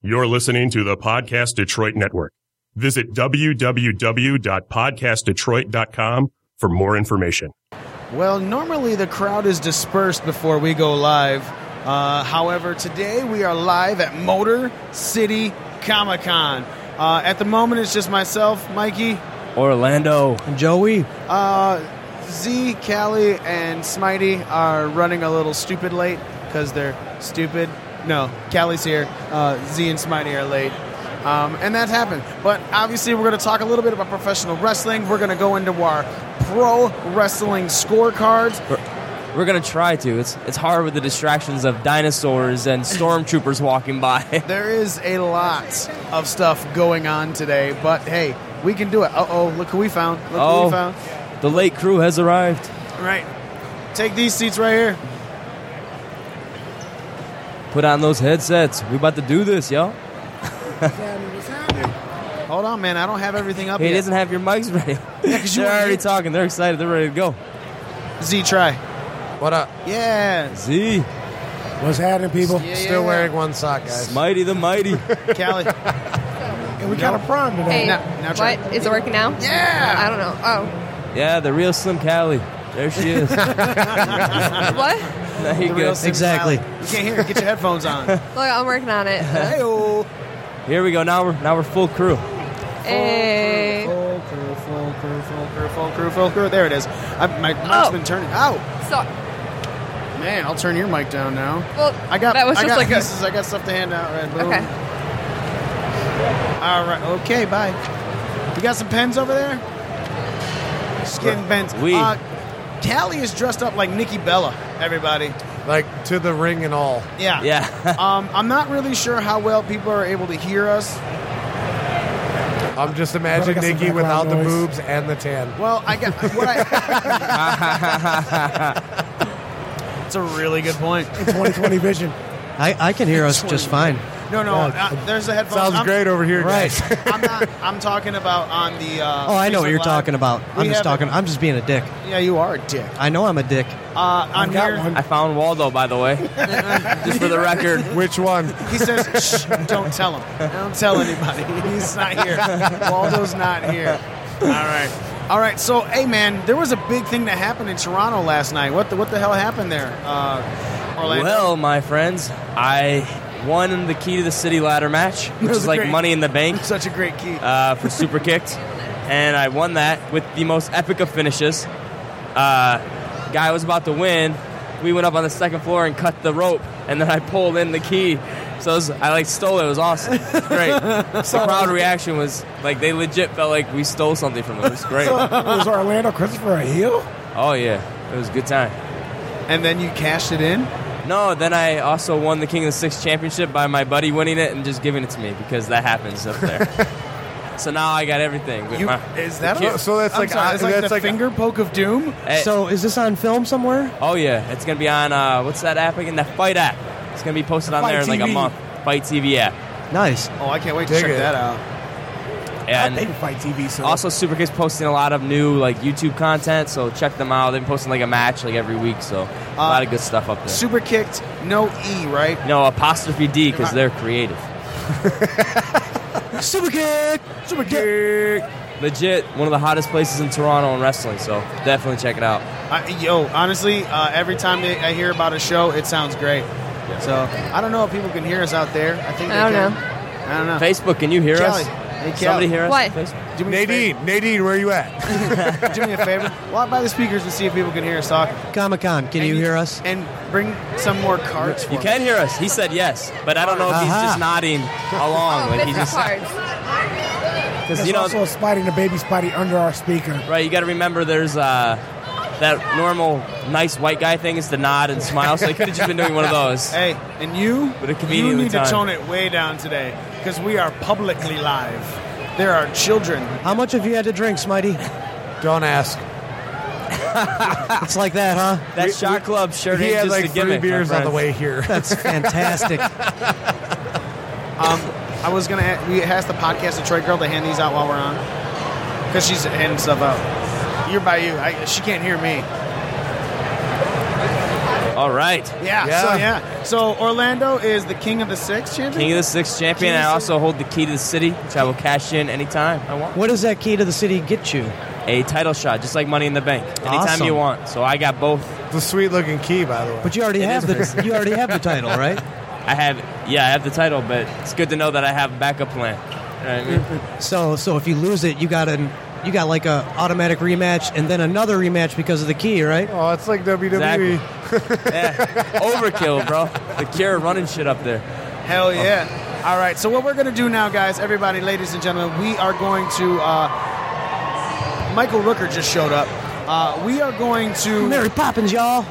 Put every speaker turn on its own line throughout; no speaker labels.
You're listening to the Podcast Detroit Network. Visit www.podcastdetroit.com for more information.
Well, normally the crowd is dispersed before we go live. Uh, however, today we are live at Motor City Comic Con. Uh, at the moment, it's just myself, Mikey,
Orlando.
Joey,
uh, Z, Callie, and Smitey are running a little stupid late because they're stupid. No, Callie's here. Uh, Z and Smitey are late. Um, and that happened. But obviously, we're going to talk a little bit about professional wrestling. We're going to go into our pro wrestling scorecards.
We're gonna try to. It's it's hard with the distractions of dinosaurs and stormtroopers walking by.
There is a lot of stuff going on today, but hey, we can do it. Uh oh, look who we found. Look who we
oh,
found.
the late crew has arrived.
Right. Take these seats right here.
Put on those headsets. We about to do this, yo.
Hold on, man. I don't have everything up
He
yet.
doesn't have your mics ready.
'cause you
They're
weren't
already
here.
talking. They're excited. They're ready to go.
Z, try.
what up?
Yeah.
Z,
What's happening, people?
Yeah, yeah,
Still
yeah.
wearing one sock, guys.
Mighty the Mighty.
Callie.
And we got a prom today.
Hey,
Now- now try.
what? Is it working now? I
yeah.
don't know.
yeah, the real Slim Cali. There she is. now
Oh, what?
you
The real
go.
Sim
Exactly.
Sally. You can't hear it. Get your headphones on.
Look, I'm working on it.
Hey-o.
Here we go. Now we're now we're full crew.
oh,
hey.
Full crew, full crew, full crew, full crew, full crew. There it is. I, my mic's
Oh.
been turning. Oh,
So,
man. I'll turn your mic down now.
well,
I got.
that was
I
just
got
like
pieces. I got stuff to hand out. Right.
a.
Boom.
Okay.
All right. Okay. Bye. You got some pens over there? Skin pens.
We-
Uh, Callie is dressed up like Nikki Bella. Everybody.
Like to the ring and all.
Yeah.
Yeah.
Um, I'm not really sure how well people are able to hear us.
I'm just imagining
Gotta get some
Nikki without the
background noise.
boobs and the tan.
Well, I got what I. That's a really good point.
2020 vision.
I, I can hear us just fine.
No, no, uh, there's the headphones.
Sounds
I'm,
great over here,
Right.
guys.
I'm not. I'm talking about on the. Uh,
Oh, I know what you're
Facebook Live.
talking about.
We
I'm just
have
talking. I'm just being a dick.
A, yeah, you are a dick.
I know I'm a dick.
Uh, on
got
here,
one.
I found Waldo, by the way. Just for the record.
Which one?
he says, "Shh, don't tell him. Don't tell anybody. He's not here. Waldo's not here." All right. All right. So, hey, man, there was a big thing that happened in Toronto last night. What the what the hell happened there? Uh, Orlando.
Well, my friends, I won the key to the city ladder match, which
was
is like
great.
money in the bank
such a great key.
uh, for super kicked, and I won that with the most epic of finishes. Uh, guy was about to win. We went up on the second floor and cut the rope, and then I pulled in the key. So it was, I like stole it. It was awesome. It was great. the crowd reaction was like they legit felt like we stole something from them. It was great.
Was Orlando Christopher a heel?
Oh yeah, it was a good time.
and then you cashed it in.
No, then I also won the King of the Six championship by my buddy winning it and just giving it to me because that happens up there. so now I got everything. But
You,
my-
is that
the
a,
kid-
So that's
I'm
like-
sorry,
I-
it's like
that's
the
like-
finger poke of doom.
eh,
So is this on film somewhere?
oh yeah, it's gonna be on uh, what's that app again? That Fight app. It's gonna be posted on
Fight
there in like a
TV.
month. Fight TV app.
Nice.
Oh, I can't wait to
Dig
check
it.
that out.
And
they can fight TV. So
also, Superkick's posting a lot of new like YouTube content, so check them out. They've been posting like a match like every week, so a
Uh,
lot of good stuff up there.
Super kicked, no E, right?
no apostrophe D because they're creative.
Super kick. Super kick.
Legit, one of the hottest places in Toronto in wrestling, so definitely check it out.
I, yo, honestly, uh, every time I I hear about a show, it sounds great. So I don't know if people can hear us out there. I think they
I don't
can.
know.
I don't know.
Facebook, can you hear
Kelly.
us?
Hey, Kelly.
Somebody hear us?
What?
on Facebook?
Do me a favor-
Nadine, Nadine, where you at?
do me a favor. Walk by the speakers and see if people can hear us talk.
Comic Con. Can
And
you hear us?
And bring some more cards. For
You
me.
can hear us. He said yes, but I don't know if he's
Aha.
just nodding along.
Oh,
like he
business
just
cards.
because
there's
you know,
also a spotting the baby spotty under our speaker.
right? You got to remember there's uh, that normal nice white guy thing is the nod and smile. So he could have just been doing one of those.
Hey, and you,
But it could be
you
any
need to
time.
tone it way down today because we are publicly live. There are children.
How much have you had to drink, Smitey?
Don't ask.
It's like that, huh?
That shot club shirt
He
ain't
had
just
like
a
three
gimmick. my
beers on the
friends.
way here.
That's fantastic.
Um, I was gonna a- we asked the podcast Detroit girl to hand these out while we're on because she's handing stuff out. You're by you. I, she can't hear me.
Oh, All right.
Yeah,
Yeah.
So yeah. So Orlando is the king of the six champion.
King of the Six champion. I also hold the key to the city, which I will cash in anytime I want.
What does that key to the city get you?
A title shot, just like Money in the Bank, anytime
Awesome.
you want. So I got both.
It's a sweet looking key, by the way.
But you already
It
have
is
the you already have the title, right?
I have, yeah, I have the title, but it's good to know that I have a backup plan. You know what I mean?
So so if you lose it, you got an you got like a automatic rematch and then another rematch because of the key, right?
oh, it's like E. WWE.
Exactly. Yeah. Overkill, bro. The cure running shit up there.
Hell yeah. All right, so what we're going to do now, guys, everybody, ladies and gentlemen, we are going to. Uh, Michael Rooker just showed up. Uh, we are going to.
Mary Poppins, y'all.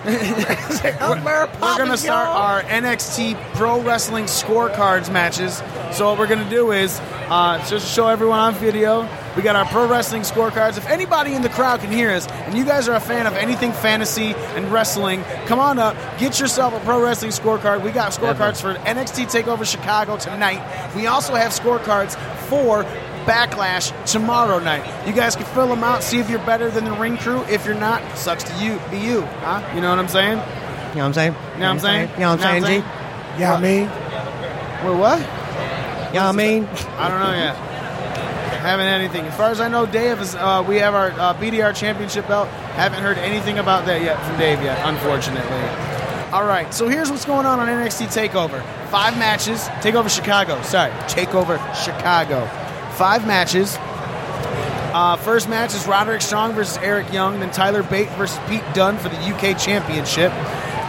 We're going to start our NXT Pro Wrestling Scorecards matches. So what we're going to do is uh, just to show everyone on video. We got our pro wrestling scorecards. If anybody in the crowd can hear us, and you guys are a fan of anything fantasy and wrestling, come on up, get yourself a pro wrestling scorecard. We got scorecards for NXT Takeover Chicago tonight. We also have scorecards for Backlash tomorrow night. You guys can fill them out, see if you're better than the ring crew. If you're not, sucks to you, be you, huh? You know what I'm saying?
You know what I'm saying?
You know what I'm saying?
You know what I'm saying, G?
Yeah, I mean,
Wait, what?
You know what I mean?
I don't know yet. Haven't had anything. As far as I know, Dave is. Uh, we have our uh, BDR championship belt. Haven't heard anything about that yet from Dave yet, unfortunately. All right, so here's what's going on on NXT Takeover. Five matches. Takeover Chicago. Sorry, Takeover Chicago. Five matches. Uh, first match is Roderick Strong versus Eric Young, then Tyler Bate versus Pete Dunne for the UK Championship.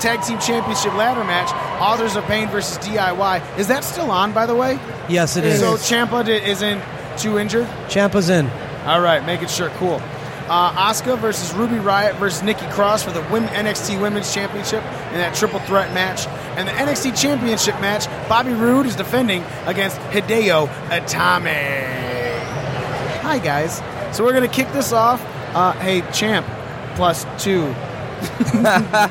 Tag Team Championship ladder match, Authors of Pain versus DIY. Is that still on, by the way?
Yes, it is.
So Champa is in two injured.
Champa's in.
All right, making sure. Cool. Uh, Asuka versus Ruby Riot versus Nikki Cross for the women, NXT Women's Championship in that triple threat match. And the NXT Championship match, Bobby Roode is defending against Hideo Itami. Hi, guys. So we're going to kick this off. Uh, hey, champ, plus two. Uh,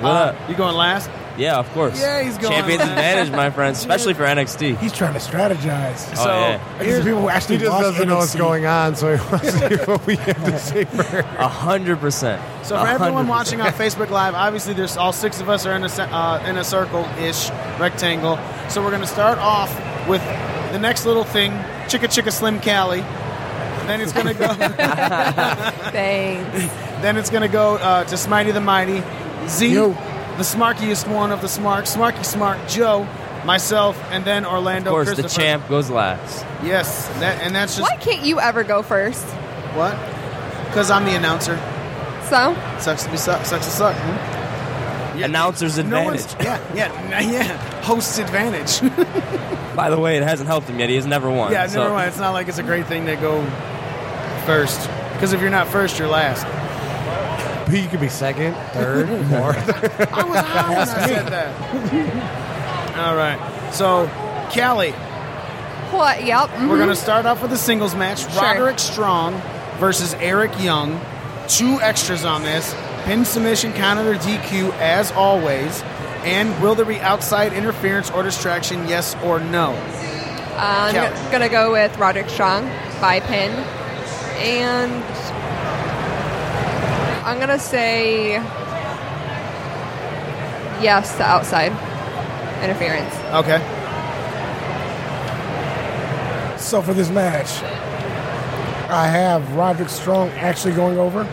What up?
You going last?
Yeah, of course.
Yeah, he's going
Champion's
back.
advantage, my friend, especially for NXT.
he's trying to strategize.
oh, yeah.
These are people who actually
He just
watch
doesn't know what's
NXT.
going on, so he wants to hear what we have to say first.
A hundred percent.
So for everyone watching on Facebook Live, obviously there's all six of us are in a se- uh, in a circle-ish rectangle. So we're going to start off with the next little thing, Chicka Chicka Slim Cali. Then it's going to go.
Thanks.
then it's going to go uh, to Smitey the Mighty, Z,
Yo.
the smarkiest one of the smart, Smarky Smart, Joe, myself, and then Orlando.
of course, the
Christopher.
champ goes last.
Yes, that, and that's just
Why can't you ever go first?
what? Because I'm the announcer.
So,
Sucks to be suck. Sucks to suck. hmm?
Announcer's
No
advantage.
one's, yeah, yeah, yeah. Host's advantage.
By the way, it hasn't helped him yet. He has never won.
Yeah,
so.
never mind. It's not like it's a great thing to go first. Because if you're not first, you're last.
He could be second, third, fourth.
I was high when I said that. All right. So, Callie,
what? Yep. mhm.
we're going to start off with a singles match.
Sure.
Roderick Strong versus Eric Young. Two extras on this. Pin submission, counter DQ, as always. And will there be outside interference or distraction, yes or no?
Uh, I'm
Kelly.
go- gonna go with Roderick Strong by pin, and I'm gonna say yes to outside interference.
Okay.
So for this match, I have Roderick Strong actually going over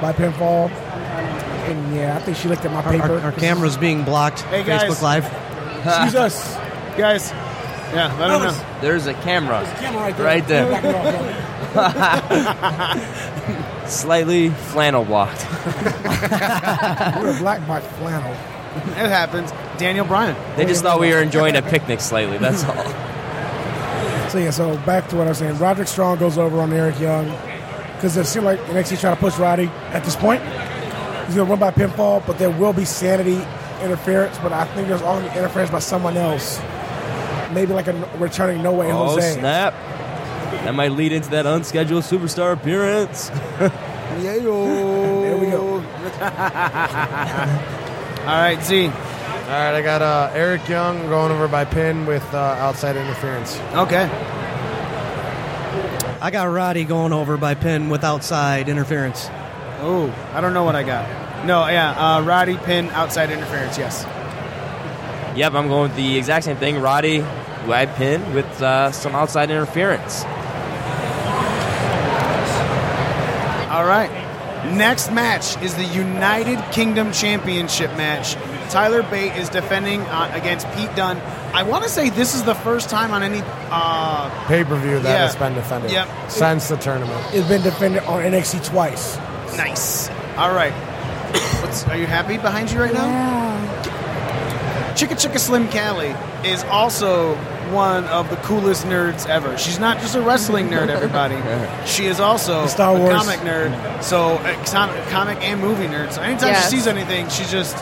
by pinfall. And yeah, I think she looked at my
Our,
paper.
our camera's being blocked.
Hey, guys.
Facebook Live.
Excuse us.
Guys, yeah, let them know.
There's a camera.
Camera right there.
Right there.
Back it off, bro.
Slightly flannel blocked.
We're black by flannel.
It happens. Daniel Bryan.
They just thought we were enjoying a picnic slightly. That's all.
So yeah, so back to what I was saying. Roderick Strong goes over on Eric Young because it seemed like NXT trying to push Roddy at this point. He's going to run by pinfall, but there will be sanity interference. But I think there's only interference by someone else. Maybe like a n- returning No Way
Oh
Jose.
snap! That might lead into that unscheduled superstar appearance.
There
we go.
All right, Z.
All right, I got uh, Eric Young going over by pin with uh, outside interference.
Okay.
I got Roddy going over by pin with outside interference.
Oh, I don't know what I got. No, yeah, uh, Roddy pin outside interference. Yes.
Yep, I'm going with the exact same thing. Roddy, who I pinned with uh, some outside interference.
All right. Next match is the United Kingdom Championship match. Tyler Bate is defending uh, against Pete Dunne. I want to say this is the first time on any. Uh,
Pay per view that
Yeah.
has been defended
Yep.
since the tournament.
It's been defended on NXT twice.
nice. All right. What's, are you happy behind you right now?
Yeah.
Chicka Chicka Slim Callie is also one of the coolest nerds ever. She's not just a wrestling nerd, everybody. she is also
Star
a
Wars.
comic nerd, so a com- comic and movie nerd. So anytime
Yes.
she sees anything, she's just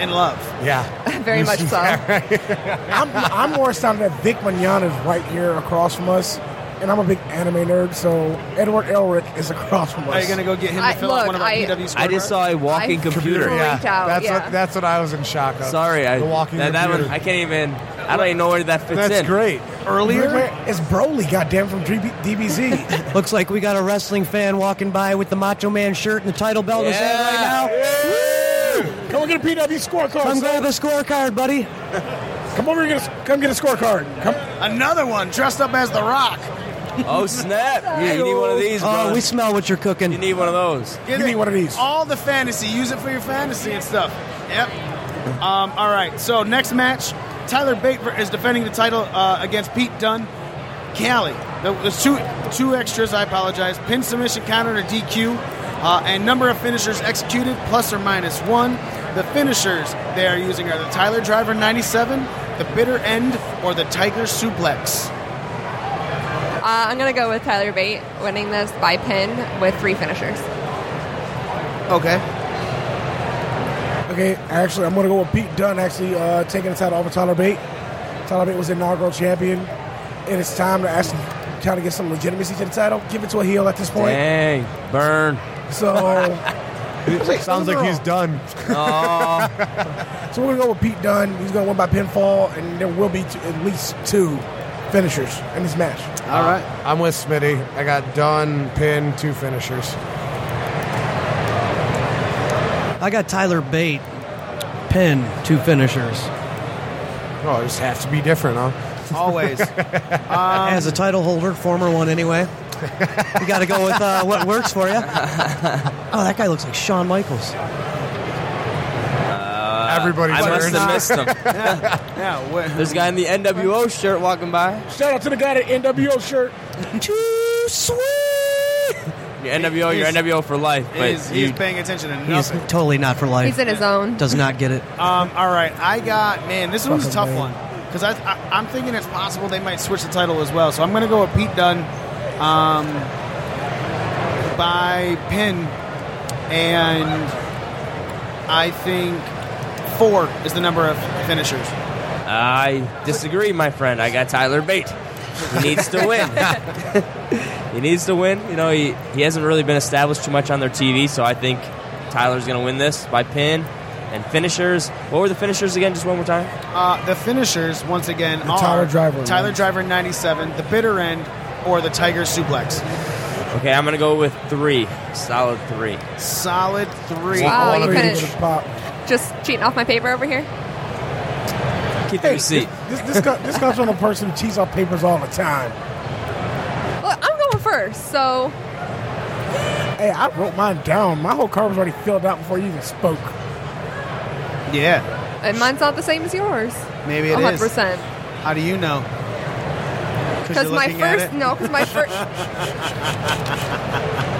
in love.
Yeah.
Very much so.
I'm, I'm more astounded that Vic Mignogna's right here across from us, and I'm a big anime nerd, so Edward Elric is across from us.
Are you gonna go get him to
I-
fill out
look,
one of our
I-
PW
I just
scorecards?
saw a walking
I
computer.
freaked
Yeah.
out,
that's
yeah.
what that's what I was in shock of.
Sorry, I
the walking
that, that one
computer.
I can't even. I don't even know where that fits
that's
in.
great.
Wait,
earlier.
wait, It's Broly, goddamn, from DB- DBZ.
Looks like we got a wrestling fan walking by with the Macho Man shirt and the title belt in his hand right now.
come get a PW scorecard.
Come
son.
grab a scorecard, budty.
Come over and get a, come get a scorecard. Come.
Another one dressed up as The Rock.
Oh snap! Yeah, you need one of these, bro.
Oh, we smell what you're
you
cooking.
need one of those.
Get
Give me
it.
one of these.
All the fantasy. Use it for your fantasy and stuff. Yep. Um, all right. So next match, Tyler Bate is defending the title uh, against Pete Dunne. Callie. There- There's two two extras. I apologize. Pin submission counter to DQ, uh, and number of finishers executed plus or minus one. The finishers they are using are the Tyler Driver 97, the Bitter End, or the Tiger Suplex.
Uh, I'm gonna go with Tyler Bate winning this by pin with three finishers.
Okay.
Okay, actually, I'm gonna go with Pete Dunne. Actually, uh, taking the title off of Tyler Bate. Tyler Bate was the inaugural champion, and it's time to actually kind of get some legitimacy to the title. Give it to a heel at this point.
Dang, burn.
So.
Sounds like he's done.
So we're gonna go with Pete Dunne. He's gonna win by pinfall, and there will be t- at least two finishers in this match.
All right.
I'm with Smitty. I got done, pin, two finishers.
I got Tyler Bate, pin, two finishers.
Oh, it just has to be different, huh?
Always. Um,
As a title holder, former one anyway. you got to go with uh, what works for you. Oh, that guy looks like Shawn Michaels.
Everybody's
I must
earned
have missed him.
yeah. wh-
There's a guy in the NWO shirt walking by.
Shout out to the guy in NWO shirt.
Too sweet.
Your NWO, your
He's-
NWO for life. But
He's,
you,
he's paying attention to
He's
nothing.
totally not for life.
He's in his own.
Does not get it.
Um, all right, I got man. This one's a tough
Fucking
one because I, I, I'm thinking it's possible they might switch the title as well. So I'm gonna go with Pete Dunne um, by pin, and I think four is the number of finishers.
I disagree, my friend. I got Tyler Bate. He needs to win. he needs to win. You know, he, he hasn't really been established too much on their TV, so I think Tyler's going to win this by pin and finishers. What were the finishers again? Just one more time.
Uh, the finishers once again are
Tyler Driver one.
Tyler Driver 97, the bitter end, or the Tiger Suplex.
Okay, I'm going to go with three. Solid three.
Solid three.
Wow. Oh, you
Three
couldn't-
to the pop.
Just cheating off my paper over here.
Keep the
Hey,
receipt.
this this, co- this comes from a person who cheats off papers all the time.
Look, I'm going first, so
Hey, I wrote mine down. My whole card was already filled out before you even spoke.
Yeah,
and mine's not the same as yours.
maybe it is.
100. percent
How do you know?
Because
you're
my
looking at
first
it?
no, because my first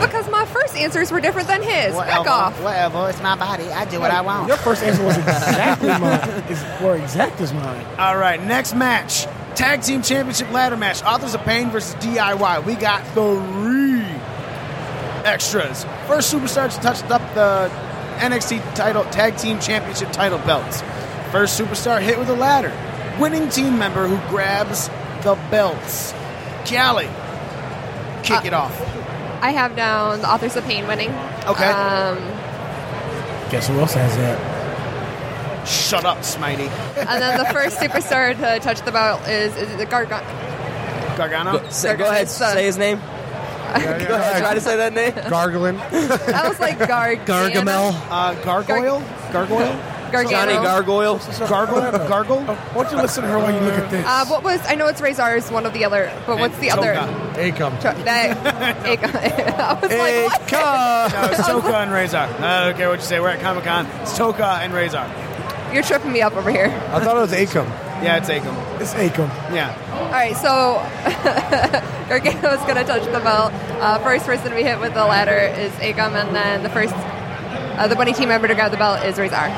because my first answers were different than his. Back off.
Whatever. It's my body. I do what I want.
Your first answer was exactly mine. Is were exact as mine.
All right, next match. Tag Team Championship Ladder Match. Authors of Pain versus DIY. We got three extras. First superstar to touch up the NXT title Tag Team Championship title belts. First superstar hit with a ladder. Winning team member who grabs the belts. Callie, kick
Uh,
it off.
I have down the authors of pain winning.
Okay.
Um,
Guess who else has that?
Shut up, Smitey.
and then the first superstar to touch the belt is is it the Gargano.
Gargano.
Go, say, go ahead,
It's, uh,
say his name. Go ahead, try to say that name.
Gargling.
That was like Garg.
Gargamel.
Uh, gargoyle? Gargoyle?
Gargano.
Johnny Gargoyle.
Gargle? Gargle?
Why don't you listen to her while you look at this?
Uh, what was? I know it's Razor is one of the other, but what's the other?
Toga.
Acom.
Tro- That, it, I was like, what?
No, it's Toka and Razor. I don't care what you say. We're at Comic Con. It's Toka and Razor.
You're tripping me up over here.
I thought it was Acom.
Yeah, it's Acom.
It's Acom.
Yeah.
All right, so Gargano's going to touch the bell. Uh, first person to be hit with the ladder is Agum, and then the first, uh, the bunny team member to grab the belt is Razor.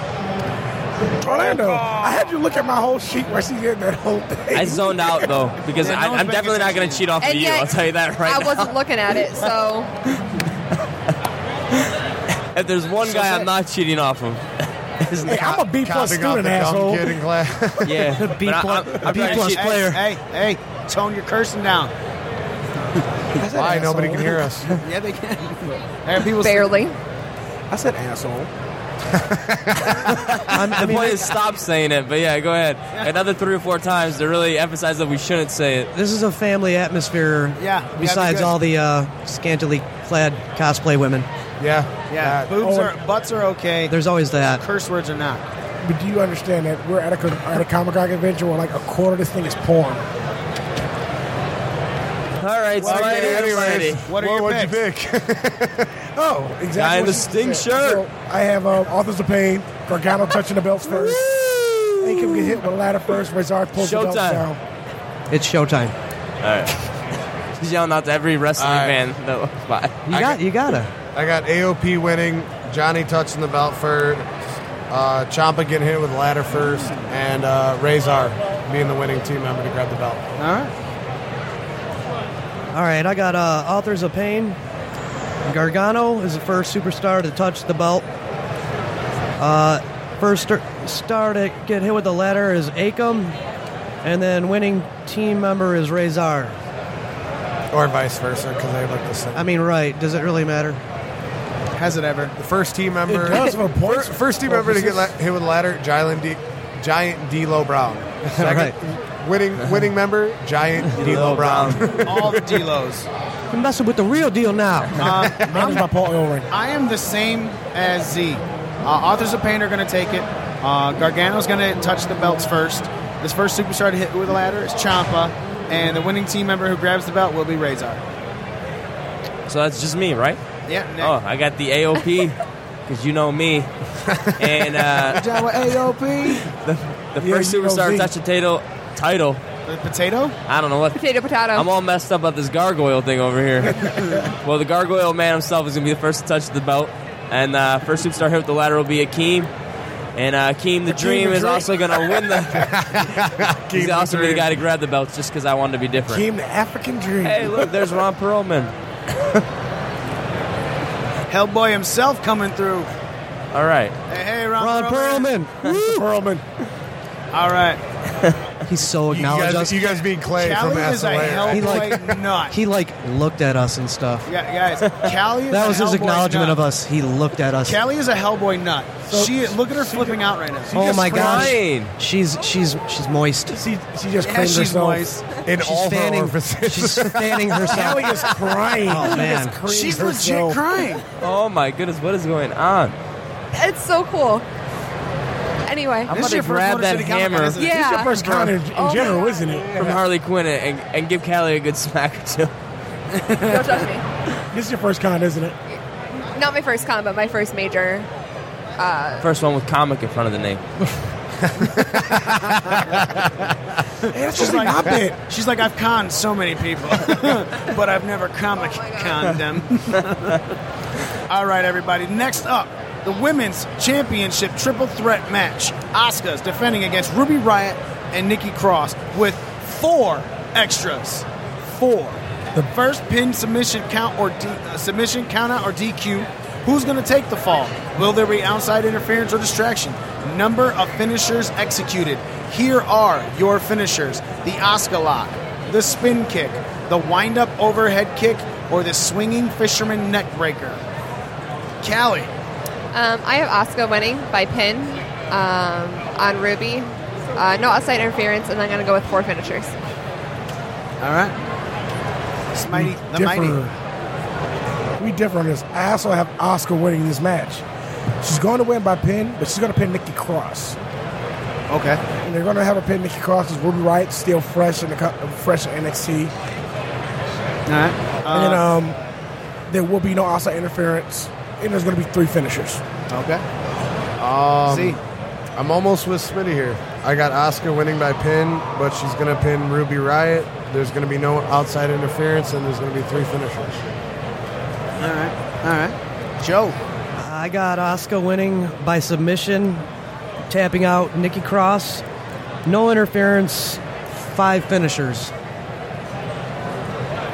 Orlando,
Oh.
I had you look at my whole sheet where she did that whole thing.
I zoned out though because
Yeah, no
I,
one's
I'm
paying
definitely not going to
attention.
cheat off of
And
you.
yet,
I'll tell you that right
I
now.
wasn't looking at it, so
If there's one guy I'm not cheating off of, it's
Hey, I'm a B plus
Copying off
student,
the dumb
asshole.
kid in class.
yeah.
The
but
B
I-
plus-
I'm-
the
I'm
B
not
plus
cheating.
player.
Hey, hey, hey, tone your cursing down.
Why? Nobody can hear us.
Yeah, they can. Hey, people
barely.
I said asshole.
I'm, I
The
mean,
point is stop saying it, but yeah, go ahead. Another three or four times to really emphasize that we shouldn't say it.
this is a family atmosphere.
Yeah, we gotta be
Besides
good.
all the uh, scantily clad cosplay women,
Yeah.
Yeah,
That-
boobs
Oh,
are, butts are okay.
there's always that.
Curse words are not.
But do you understand that we're at a, at a Comic Con convention where like a quarter of this thing is porn?
All right,
Okay,
Spidey,
anyways,
Spidey.
What are your
what'd you pick?
Oh, exactly.
Guy in
what
the
she
sting
said.
shirt.
So I have um, Authors of Pain, Gargano touching the belts first. Acom get hit with a ladder first, Razor pulls the belts
Showtime.
down.
It's showtime.
He's yelling out to every wrestling
All right.
fan that walks by.
You got, you gotta.
I got AOP winning, Johnny touching the belt first, uh, Ciampa getting hit with the ladder first, and uh, Razor being the winning team member to grab the belt.
All right.
All right, I got uh, Authors of Pain. Gargano is the first superstar to touch the belt. Uh, first star, star to get hit with the ladder is Acom, and then winning team member is Razor.
Or vice versa, because they look the same.
I mean, right? Does it really matter?
Has it ever?
the first team member,
It does for points.
Fir- first team member to get la- hit with the ladder, Giant D, Giant D'Lo Brown. Second, winning winning member, Giant D'Lo Brown.
All the D-Lows.
I'm messing with the real deal now.
Mine is my Paul Elring.
I am the same as Z. Uh, Authors of Pain are going to take it. Uh, Gargano's going to touch the belts first. This first superstar to hit with a ladder is Champa, and the winning team member who grabs the belt will be Razor.
So that's just me, right?
Yeah. Nick.
Oh, I got the AOP because you know me. and uh,
Down with AOP.
the
Yeah,
first
you know
superstar
Z.
touch the title, title.
the potato.
I don't know what.
Potato, potato.
I'm all messed up about this gargoyle thing over here. well, the gargoyle man himself is going to be the first to touch the belt. And uh, first superstar hit with the ladder will be Akeem. And uh, Akeem the Dream is also going to win the. he's also going to be the guy to grab the belt just because I wanted to be different.
Team the African Dream.
Hey, look, there's Ron Perlman.
Hellboy himself coming through.
All right.
Hey, hey Ron,
Ron
Perlman.
Perlman.
Perlman.
All right.
He so
You
acknowledged
guys,
us.
you guys being Clay from
Callie is a
SLA.
He
Hellboy
like-
nut.
He like looked at us and stuff.
yeah, guys. Callie is
That
a
was his
Hellboy
acknowledgement
nut.
of us. He looked at us.
Callie is a Hellboy nut. she look at her flipping out right now.
Oh my gosh.
crying.
She's she's she's moist.
She, she just
yeah,
creamed
she's
herself.
moist.
In
She's
all her
fanning.
orifices.
She's fanning herself.
Kelly is crying.
Oh, man.
She just creamed
She's
herself.
legit crying.
Oh my goodness, what is going on?
it's so cool. Anyway,
I'm
This is
gonna
your first
grab
Motor
that
City Comic Con,
hammer
isn't it?
Yeah.
It's your first con in, in
Oh, my
general,
God.
isn't it?
from Harley Quinn and, and give Callie a good smack or two.
don't touch me.
This is your first con, isn't it?
Not my first con, but my first major.
First one with comic in front of the name.
She's
It's just like,
like,
I bet.
she's like, I've conned so many people, but I've never comic
Oh my God.
conned them. All right, everybody. Next up, the women's championship triple threat match. Asuka's defending against Ruby Riot and Nikki Cross with four extras. Four. The first pin submission count or D, uh, submission count out or DQ. Who's going to take the fall? Will there be outside interference or distraction? Number of finishers executed. Here are your finishers: the Asuka lock, the spin kick, the wind up overhead kick, or the swinging fisherman neck breaker. Callie,
Um, I have Oscar winning by pin um, on Ruby. Uh, no outside interference, and I'm going to go with four finishers.
all right. Smitey, the
Differ.
mighty.
we differ on this. I also have Oscar winning this match. She's going to win by pin, but she's going to pin Nikki Cross.
Okay.
And they're going to have her pin Nikki Cross because Ruby Wright's still fresh in the co- fresh in NXT.
All right.
and
Uh-huh.
um, there will be no outside interference. And there's going to be three finishers.
Uh, Okay. Um, Z.
I'm almost with Smitty here. I got Oscar winning by pin, but she's going to pin Ruby Riot. There's going to be no outside interference, and there's going to be three finishers.
All right. All right. Joe.
I got Oscar winning by submission, tapping out Nikki Cross. No interference, five finishers.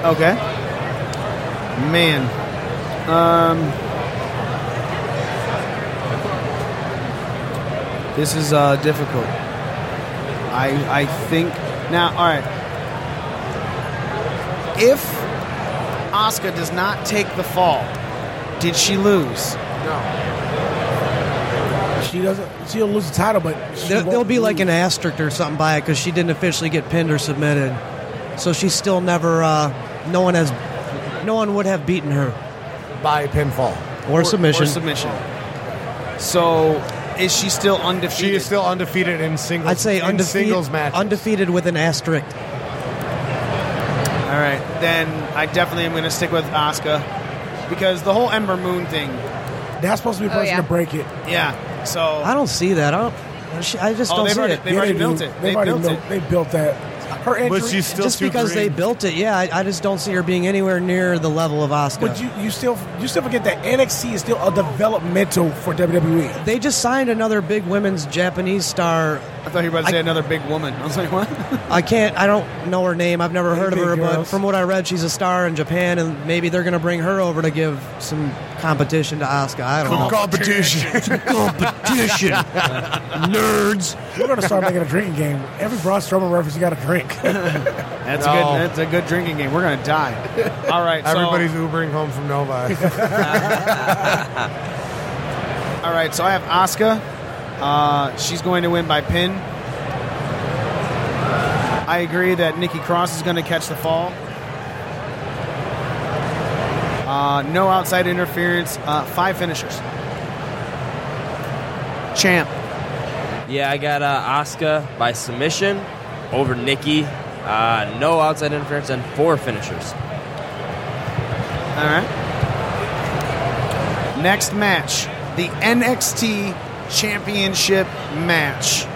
Okay. Man. Um. This is uh, difficult. I I think now. All right. If Oscar does not take the fall, did she lose?
She doesn't. She'll lose the title, but she
There,
won't
there'll be like
lose.
an asterisk or something by it because she didn't officially get pinned or submitted. So she's still never. Uh, no one has. No one would have beaten her
By pinfall.
or, submission.
Or submission. So is she still undefeated?
She is still undefeated in singles.
I'd say
in
undefeated,
singles matches.
undefeated with an asterisk.
All right, then I definitely am going to stick with Asuka because the whole Ember Moon thing.
That's supposed to be a
Oh,
person
yeah.
to break it.
Yeah. So
I don't see that. I don't. she- I just
Oh,
don't
they've
see
already-
it.
they've already
they
built
do.
it.
They've,
They
already
built
built,
it.
They built that. Her injury.
But she's still
just
too
because they
green.
built it, yeah, I, I just don't see her being anywhere near the level of Oscar.
But you, you still you still forget that NXT is still a developmental for E. WWE.
they just signed another big women's Japanese star.
I thought you were about to say another big woman. I was like, what?
I can't. I don't know her name. I've never heard of
Big
her, but
girls.
from what I read, she's a star in Japan, and maybe they're going to bring her over to give some competition to Oscar. I don't know.
competition.
Competition, nerds.
We're gonna start making a drinking game. Every Braun Strowman reference, you got to drink.
That's
No.
a good. That's a good drinking game. We're going to die. All right. so-
Everybody's Ubering home from Novi.
All right. So I have Asuka. Uh, she's going to win by pin. I agree that Nikki Cross is going to catch the fall. Uh, no outside interference. Uh, five finishers. Champ.
Yeah, I got uh, Asuka by submission over Nikki. Uh, no outside interference and four finishers.
All right. Next match, the NXT Championship match.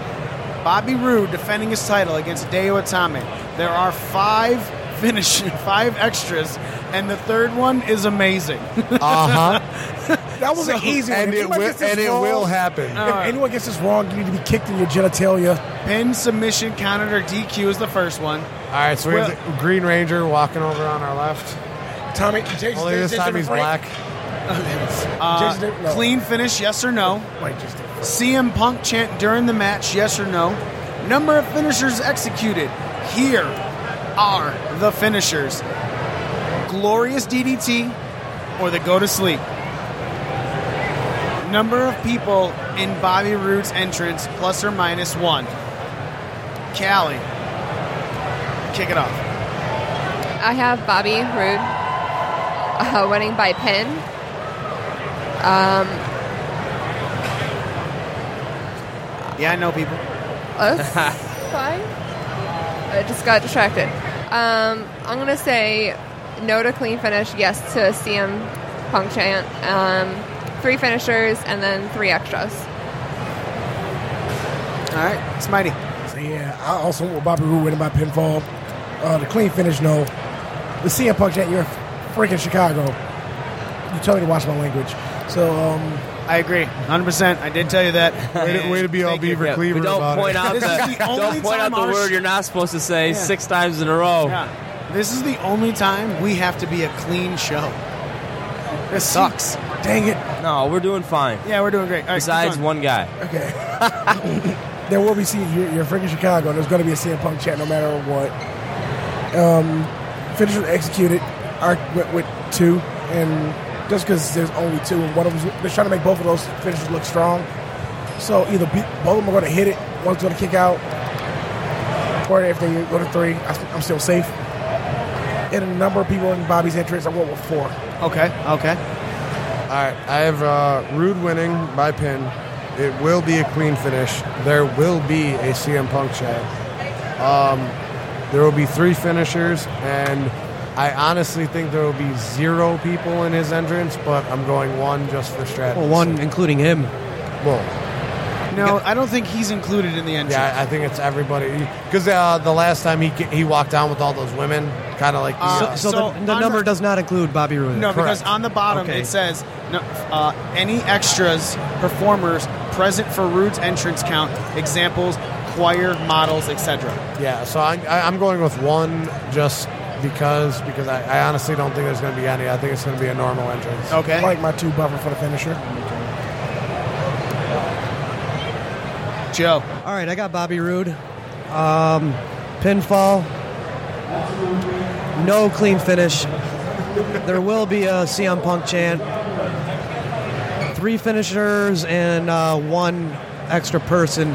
Bobby Roode defending his title against Deo Itami. There are five finish, five extras, and the third one is amazing.
Uh huh.
That was an easy one.
and
If
it
anyone
will,
gets this
and it
wrong-
will happen.
If anyone gets this wrong, you need to be kicked in your genitalia.
Pin submission counted or DQ is the first one.
All right, so we have the Green Ranger walking over on our left.
Tommy, Jason,
Only this
Jason
time he's
Frank-
black.
Uh,
Jason, no.
Clean finish, yes or no?
Wait, just
CM Punk chant during the match, yes or no? Number of finishers executed. Here are the finishers Glorious DDT or the Go to Sleep. Number of people in Bobby Roode's entrance, plus or minus one. Callie, kick it off.
I have Bobby Roode uh, winning by pin. Um,
Yeah, I know people.
that's fine. I just got distracted. Um, I'm gonna say no to clean finish, yes to CM Punk chant. Um, three finishers and then three extras.
All right, Smitey.
So, yeah, I also want Bobby Roode winning by pinfall. Uh, the clean finish, no. The CM Punk chant, you're freaking Chicago. You told me to watch my language. So, um,
I agree, 100%. I did tell you that.
Way to, way to be all
Thank you.
beaver
Yeah, but
cleaver
don't
about
point
it.
out
This
the,
is the only
don't point
time
out the
I was-
word you're not supposed to say
Yeah.
six times in a row.
Yeah. This is the only time we have to be a clean show. This sucks.
dang it.
No, we're doing fine.
Yeah, we're doing great. All right,
Besides
keep
one guy.
Okay. there will be C You're, you're freaking Chicago. There's going to be a CM Punk chant no matter what. Um, finisher executed. Arc went with two, and just because there's only two, and one of them they're trying to make both of those finishers look strong. So either be, both of them are going to hit it, one's going to kick out, or if they go to three, I, I'm still safe. and a number of people in Bobby's entrance. I went with four.
Okay, okay.
All right, I have uh, Rude winning by pin. It will be a clean finish. There will be a CM Punk chat. Um, there will be three finishers, and I honestly think there will be zero people in his entrance, but I'm going one just for strategy.
Well, one including him.
Well,
No, I don't think he's included in the entrance.
yeah, I I think it's everybody. Because uh, the last time he ca- he walked down with all those women, kind of like the,
Uh,
uh,
So,
So,
the, the
on
number
the-
does not include Bobby Roode.
No, because
Correct.
on the bottom
Okay.
it says no, uh, any extras, performers present for Rude's entrance count, examples, choir, models, etc.
Yeah, so I, I, I'm going with one just because because I, I honestly don't think there's going to be any. I think it's going to be a normal entrance.
Okay.
Like my two buffer for the finisher.
Joe.
All right, I got Bobby Roode. Um, pinfall. No clean finish. There will be a CM Punk chant. Three finishers and uh, one extra person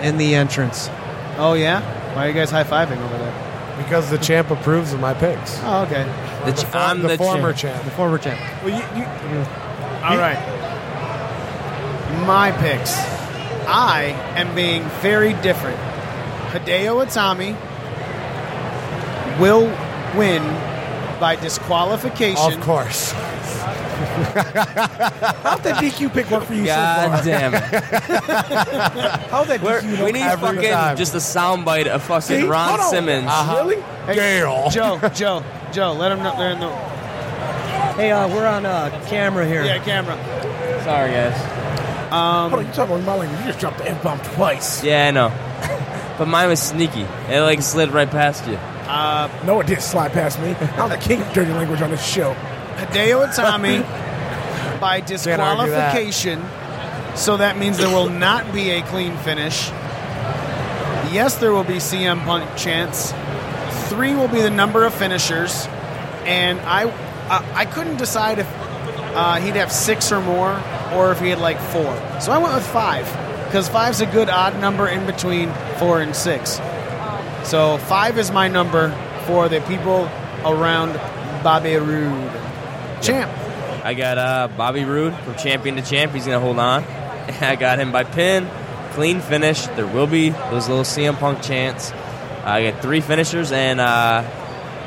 in the entrance.
Oh yeah. Why are you guys high fiving over there?
Because the champ approves of my picks.
Oh okay.
The,
The,
ch-
for-
I'm
the
the,
former
champ.
champ.
The former champ.
Well, you, you, all right. My picks. I am being very different. Hideo Itami will win by disqualification.
Of course.
How'd that DQ pick work for you so far?
God damn it.
How'd that
We're,
DQ look
we need
every
fucking
time.
just a soundbite of fucking
See?
Ron
Hold on. Ah,
Simmons.
Really?
Hey,
Gail.
Joe, Joe, Joe, let him know they're in the
Hey, uh, we're on uh, camera here.
Yeah, camera.
Sorry, guys.
Hold on, you talking about my language. You just dropped the F bomb twice.
Yeah, I know. but mine was sneaky. It like slid right past you.
No, it didn't slide past me. I'm the king of dirty language on this show.
Hideo Itami by
argue that.
disqualification. So that means there will not be a clean finish. Yes, there will be CM Punk chance. Three will be the number of finishers, and I I, I couldn't decide if uh, he'd have six or more, or if he had like four. So I went with five because five's a good odd number in between four and six. So five is my number for the people around Bobby Roode. Champ.
I got uh, Bobby Roode from champion to champ. He's gonna hold on. I got him by pin, clean finish. There will be those little CM Punk chants. I got three finishers, and uh,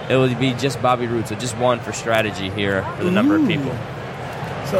it will be just Bobby Roode. So just one for strategy here for the number of people.
So,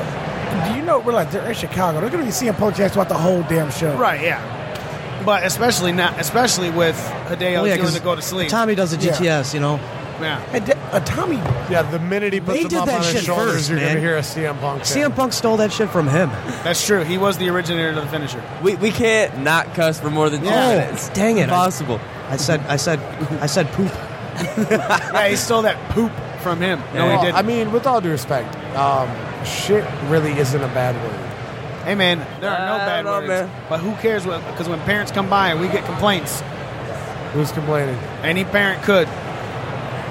do you know, realize they're in Chicago. They're going to be seeing Punk Jacks throughout the whole damn show.
Right, yeah. But especially not, especially with Hideo
Oh, yeah,
doing
'cause
the go to sleep.
Tommy does a
Yeah.
GTS, you know.
yeah.
And that- uh, Tommy,
Yeah, the minute he puts
They
them
did
up
that
on his
shit
shoulders,
first,
you're going to
man.
hear a CM Punk. chant.
CM Punk stole that shit from him.
That's true. He was the originator of the finisher.
We, we can't not cuss for more than two
Yeah.
minutes.
Dang it! I,
Impossible.
I said, I said, I said, poop.
yeah, he stole that poop from him. No,
Yeah.
he
Well,
didn't.
Uh, I mean, with all due respect, um, shit really isn't a bad word.
hey, man, there are no
I
bad
don't
words.
know, man.
But who cares? Because when parents come by, we get complaints.
Who's complaining?
Any parent could.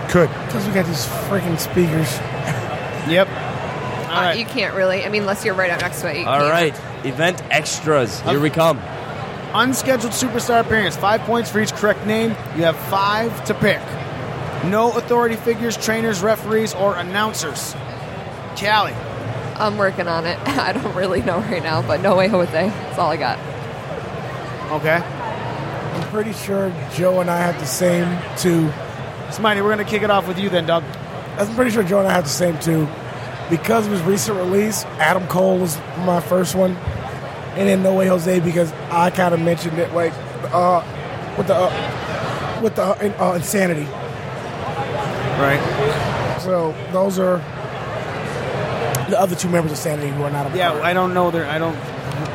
Could.
because we got these freaking speakers.
Yep.
Uh,
All right.
You can't really. I mean, unless you're right up next to it. you
All
can't.
right, event extras. Here we come.
Unscheduled superstar appearance. Five points for each correct name. You have five to pick. No authority figures, trainers, referees, or announcers. Callie.
I'm working on it. I don't really know right now, but no way, Jose. That's all I got.
Okay.
I'm pretty sure Joe and I have the same two.
Smitty, we're going to kick it off with you then, Doug.
I'm pretty sure Joe and I have the same two. Because of his recent release, Adam Cole was my first one. And then No Way Jose because I kind of mentioned it like uh, with the uh, with the uh, insanity.
Right.
So those are the other two members of Sanity who are not. a
Yeah,
part.
I don't know. There, I don't.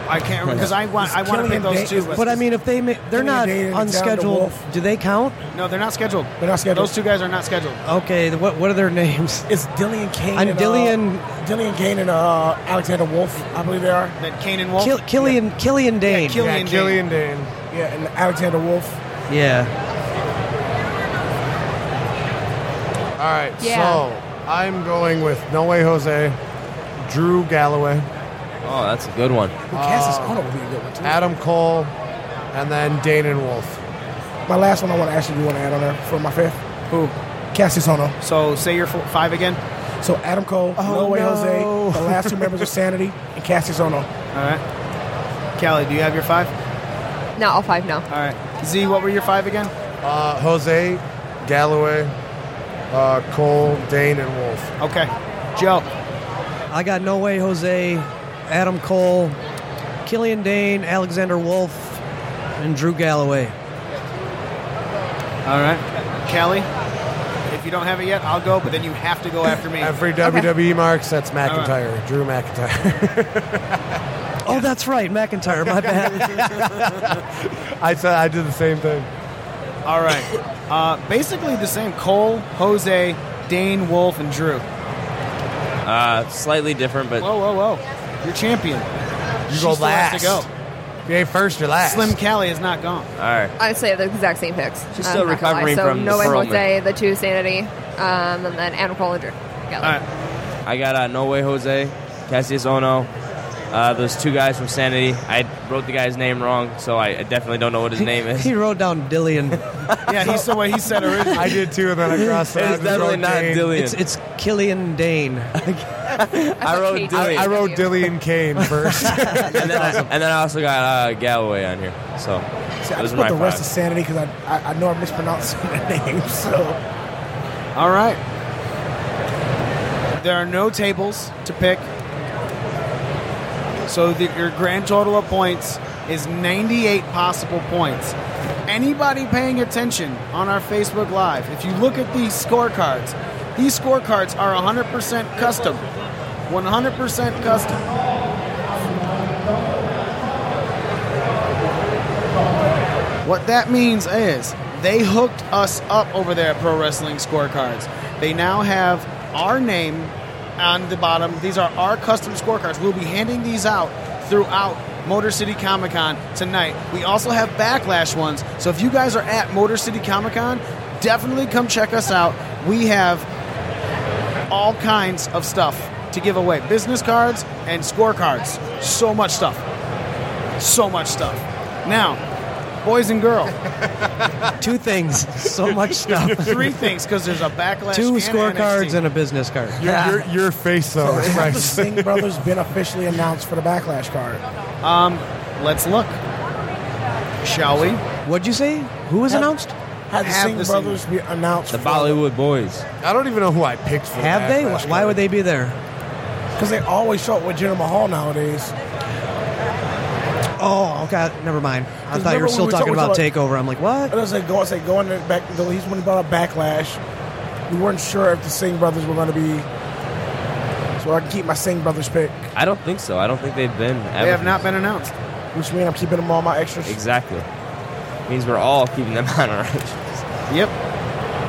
I can't remember because I want.
Is
I want to pick
Killian
those
Dane-
two.
is-
but-
But I mean, if they ma- they're
Tony
not
Day and Alexander
unscheduled,
Wolf.
do they count?
no, they're not scheduled.
They're not scheduled.
Those two guys are not scheduled.
Okay, the, what what are their names?
It's Dillian Kane.
And Dillian-
uh, Dillian Kane and uh, Alexander Wolf, I believe they are.
Then Kane and Wolf.
Kill, Killian Killian Dane.
Kill-
Yeah,
Killian Dane.
Killian Dane.
Yeah, and Alexander Wolf.
yeah.
All right,
Yeah.
so I'm going with No Way Jose, Drew Galloway,
Oh, that's a good one.
Well, Cassius Ono would be a good one too.
Adam Cole, and then Dane and Wolf.
My last one, I want to actually do want to add on there for my fifth.
Who?
Cassius Ono.
So say you're f- five again.
So Adam Cole,
Oh,
No Way
no.
Jose, the last two members of Sanity, and Cassius Ono.
All right. Callie, do you have your five?
Not all five, no.
All right. Z, what were your five again?
Uh, Jose, Galloway, uh, Cole, Dane, and Wolf.
Okay. Joe.
I got No Way Jose, Adam Cole, Killian Dane, Alexander Wolf, and Drew Galloway.
All right. Callie. If you don't have it yet, I'll go, but then you have to go after me.
Every
E
WWE marks, that's McIntyre, Drew McIntyre.
Oh, that's right, McIntyre. My bad.
I said I did the same thing.
All right. Uh, basically the same. Cole, Jose, Dane, Wolf, and Drew.
Uh, slightly different, but
Whoa, whoa, whoa. You're champion.
You
She
go
still has
last.
to go.
If you ain't first, you're last.
Slim Callie is not gone.
all right.
Honestly, I have the exact same picks.
She's
I'm
still
not
recovering
gonna lie. so
from the
No Way
Perlman.
Jose, the two Sanity, um, and then Adam Cole and Drew. Galloway.
All right.
I got uh, No Way Jose, Cassius Ono. Uh, those two guys from Sanity. I wrote the guy's name wrong, so I, I definitely don't know what his name is.
he wrote down Dillian.
Yeah, he's the way he said originally.
I did too, and then I crossed it out.
It's
and
definitely
wrote
not
Dane.
Dillian.
It's it's Killian
I
Dane.
wrote
Kate
Dillian.
did.
I wrote Dillian Kane first.
and, then I, and then I also got uh, Galloway on here. So
See, I
those
just
are
put
my
the rest of
five.
Sanity because I, I, I know I mispronounced some of their names. So
All right. There are no tables to pick. So the, your grand total of points is 98 possible points. Anybody paying attention on our Facebook Live, if you look at these scorecards, these scorecards are 100% custom. 100% custom. What that means is they hooked us up over there at Pro Wrestling Scorecards. They now have our name on the bottom. These are our custom scorecards. We'll be handing these out throughout Motor City Comic Con tonight. We also have backlash ones. So if you guys are at Motor City Comic Con, definitely come check us out. We have all kinds of stuff to give away business cards and scorecards. So much stuff. So much stuff. Now, boys and girls,
Two things. So much stuff.
three things because there's a backlash.
Two
and
scorecards
NXT.
and a business card.
your, your, your face, though,
have
is
the
priceless.
Singh brothers been officially announced for the Backlash card?
Let's look. Shall we?
What'd you say? Who was announced?
Have the
Have
Singh
the Singh-
brothers be announced?
The Bollywood boys.
I don't even know who I picked for
Have they?
Backlash.
Why would they be there?
Because they always show up with Jinder Mahal nowadays.
Oh, okay. Never mind. I
Because
thought you
remember
were still
we were
talking
talking
about
about-
Takeover. I'm like,
I
what?
was like, go, I said, going back, he's when he brought up Backlash. We weren't sure if the Singh brothers were going to be. So I can keep my Singh brothers pick,
I don't think so. I don't think they've been.
They have not been announced.
which means I'm keeping them all my extras.
Exactly. Means we're all keeping them on our edges.
Yep.